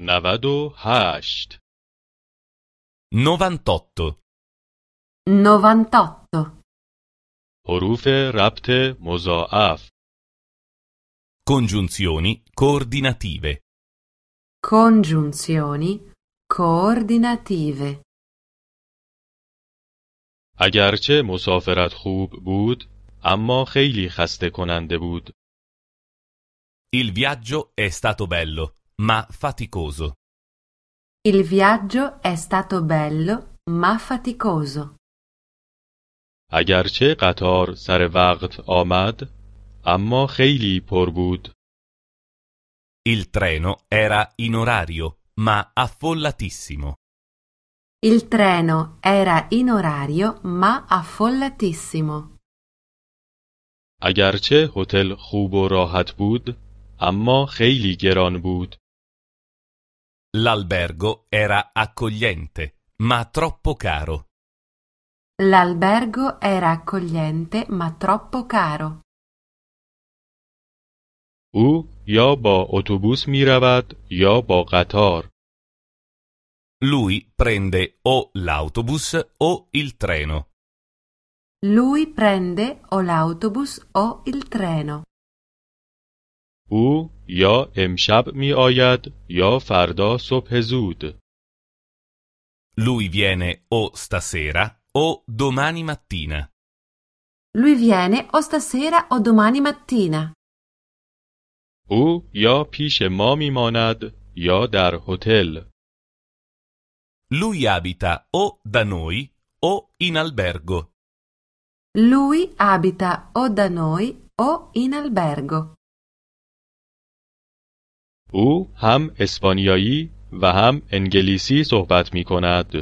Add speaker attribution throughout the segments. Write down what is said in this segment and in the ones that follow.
Speaker 1: نود و هشت
Speaker 2: 98.
Speaker 3: 98.
Speaker 1: حروف ربط مضاعف
Speaker 2: Congiunzioni coordinative.
Speaker 3: Congiunzioni coordinative.
Speaker 1: اگرچه مسافرت خوب بود اما خیلی خسته کننده بود
Speaker 2: Il viaggio è stato bello, ma faticoso.
Speaker 3: Il viaggio è stato bello ma faticoso.
Speaker 1: اگرچه قطار سر وقت آمد اما خیلی پر بود
Speaker 2: Il treno era in orario, ma affollatissimo.
Speaker 3: Il treno era in orario ma affollatissimo.
Speaker 1: اگرچه هتل خوب و راحت بود اما خیلی گران بود
Speaker 2: L'albergo era accogliente, ma troppo caro.
Speaker 3: L'albergo era accogliente ma troppo caro.
Speaker 1: او یا با اتوبوس می رود یا با قطار
Speaker 2: Lui prende o l'autobus o il treno.
Speaker 3: Lui prende o l'autobus o il treno.
Speaker 1: او یا امشب می آید یا فردا صبح زود
Speaker 2: Lui viene o stasera o domani mattina.
Speaker 3: Lui viene o stasera o domani mattina.
Speaker 1: او یا پیش ما می ماند یا در هتل
Speaker 2: Lui abita o da noi o in albergo.
Speaker 3: Lui abita o da noi o in albergo.
Speaker 1: او هم اسپانیایی و هم انگلیسی صحبت می کند.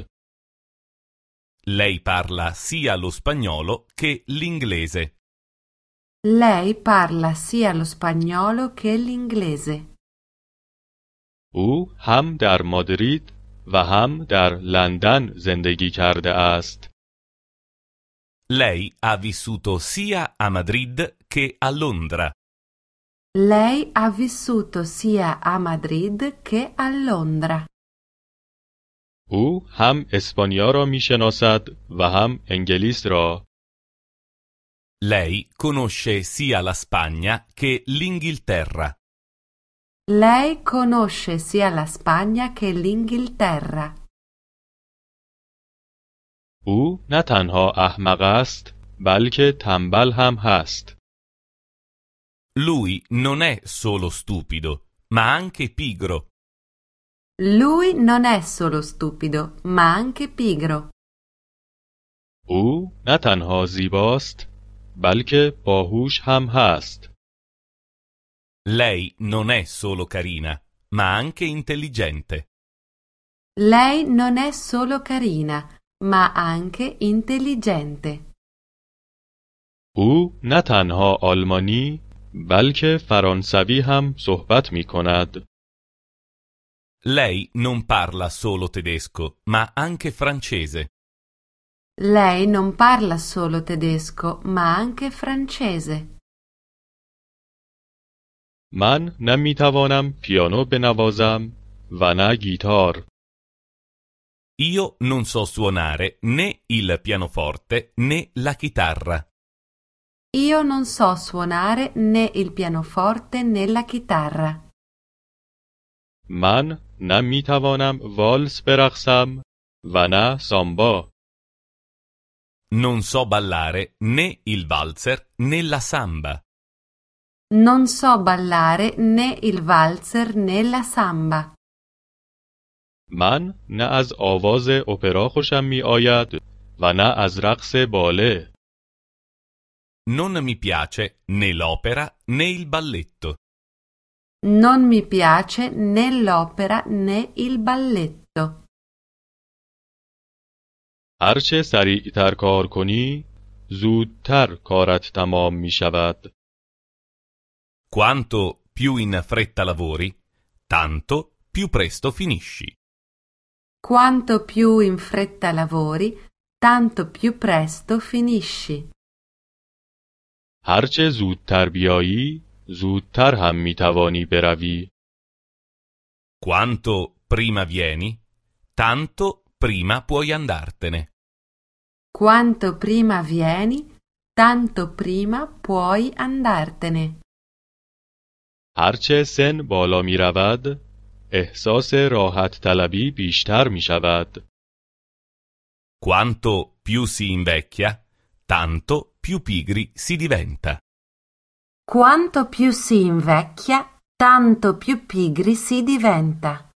Speaker 2: Lei parla sia lo spagnolo che l'inglese.
Speaker 3: Lei parla sia lo spagnolo che l'inglese.
Speaker 1: او هم در مادرید و هم در لندن زندگی کرده است.
Speaker 2: Lei ha vissuto sia a Madrid che a Londra.
Speaker 3: Lei ha vissuto sia a Madrid che a Londra.
Speaker 1: او هم اسپانیا را می شناسد و هم انگلیس را.
Speaker 2: Lei conosce sia la Spagna che l'Inghilterra.
Speaker 3: Lei conosce sia la Spagna che l'Inghilterra.
Speaker 1: او نه تنها احمق است بلکه تنبل هم هست.
Speaker 2: Lui non è solo stupido, ma anche pigro.
Speaker 3: Lui non è solo stupido, ma anche pigro.
Speaker 1: او نه تنها زیباست بلکه باهوش هم هست.
Speaker 2: Lei non è solo carina, ma anche intelligente.
Speaker 3: Lei non è solo carina, ma anche intelligente.
Speaker 1: او نه تنها آلمانی بلکه فرانسوی هم صحبت می کند.
Speaker 2: Lei non parla solo tedesco, ma anche francese.
Speaker 3: Lei non parla solo tedesco, ma anche francese.
Speaker 1: من نه می توانم پیانو بنوازم و نه گیتار.
Speaker 2: Io non so suonare né il pianoforte né la chitarra.
Speaker 3: Io non so suonare né il pianoforte né la chitarra.
Speaker 1: من نه می توانم والس برقصم و نه سامبا.
Speaker 2: Non so ballare né il valzer né la samba.
Speaker 3: Non so ballare né il valzer né la samba.
Speaker 1: من نه از آواز اپرا خوشم می آید و نه از رقص باله.
Speaker 2: Non mi piace né l'opera né il balletto.
Speaker 3: Non mi piace né l'opera né il balletto.
Speaker 1: هرچه سریعتر کار کنی زودتر کارت تمام می شود.
Speaker 2: Quanto più in fretta lavori, tanto più presto finisci.
Speaker 3: Quanto più in fretta lavori, tanto più presto finisci.
Speaker 1: هرچه زودتر بیایی زودتر هم می توانی بروی.
Speaker 2: Quanto prima vieni, tanto prima puoi andartene.
Speaker 3: Quanto prima vieni, tanto prima puoi andartene.
Speaker 1: هرچه سن بالا می رود احساس راحت طلبی بیشتر می شود.
Speaker 2: Quanto più si invecchia, tanto più pigri si diventa.
Speaker 3: Quanto più si invecchia, tanto più pigri si diventa.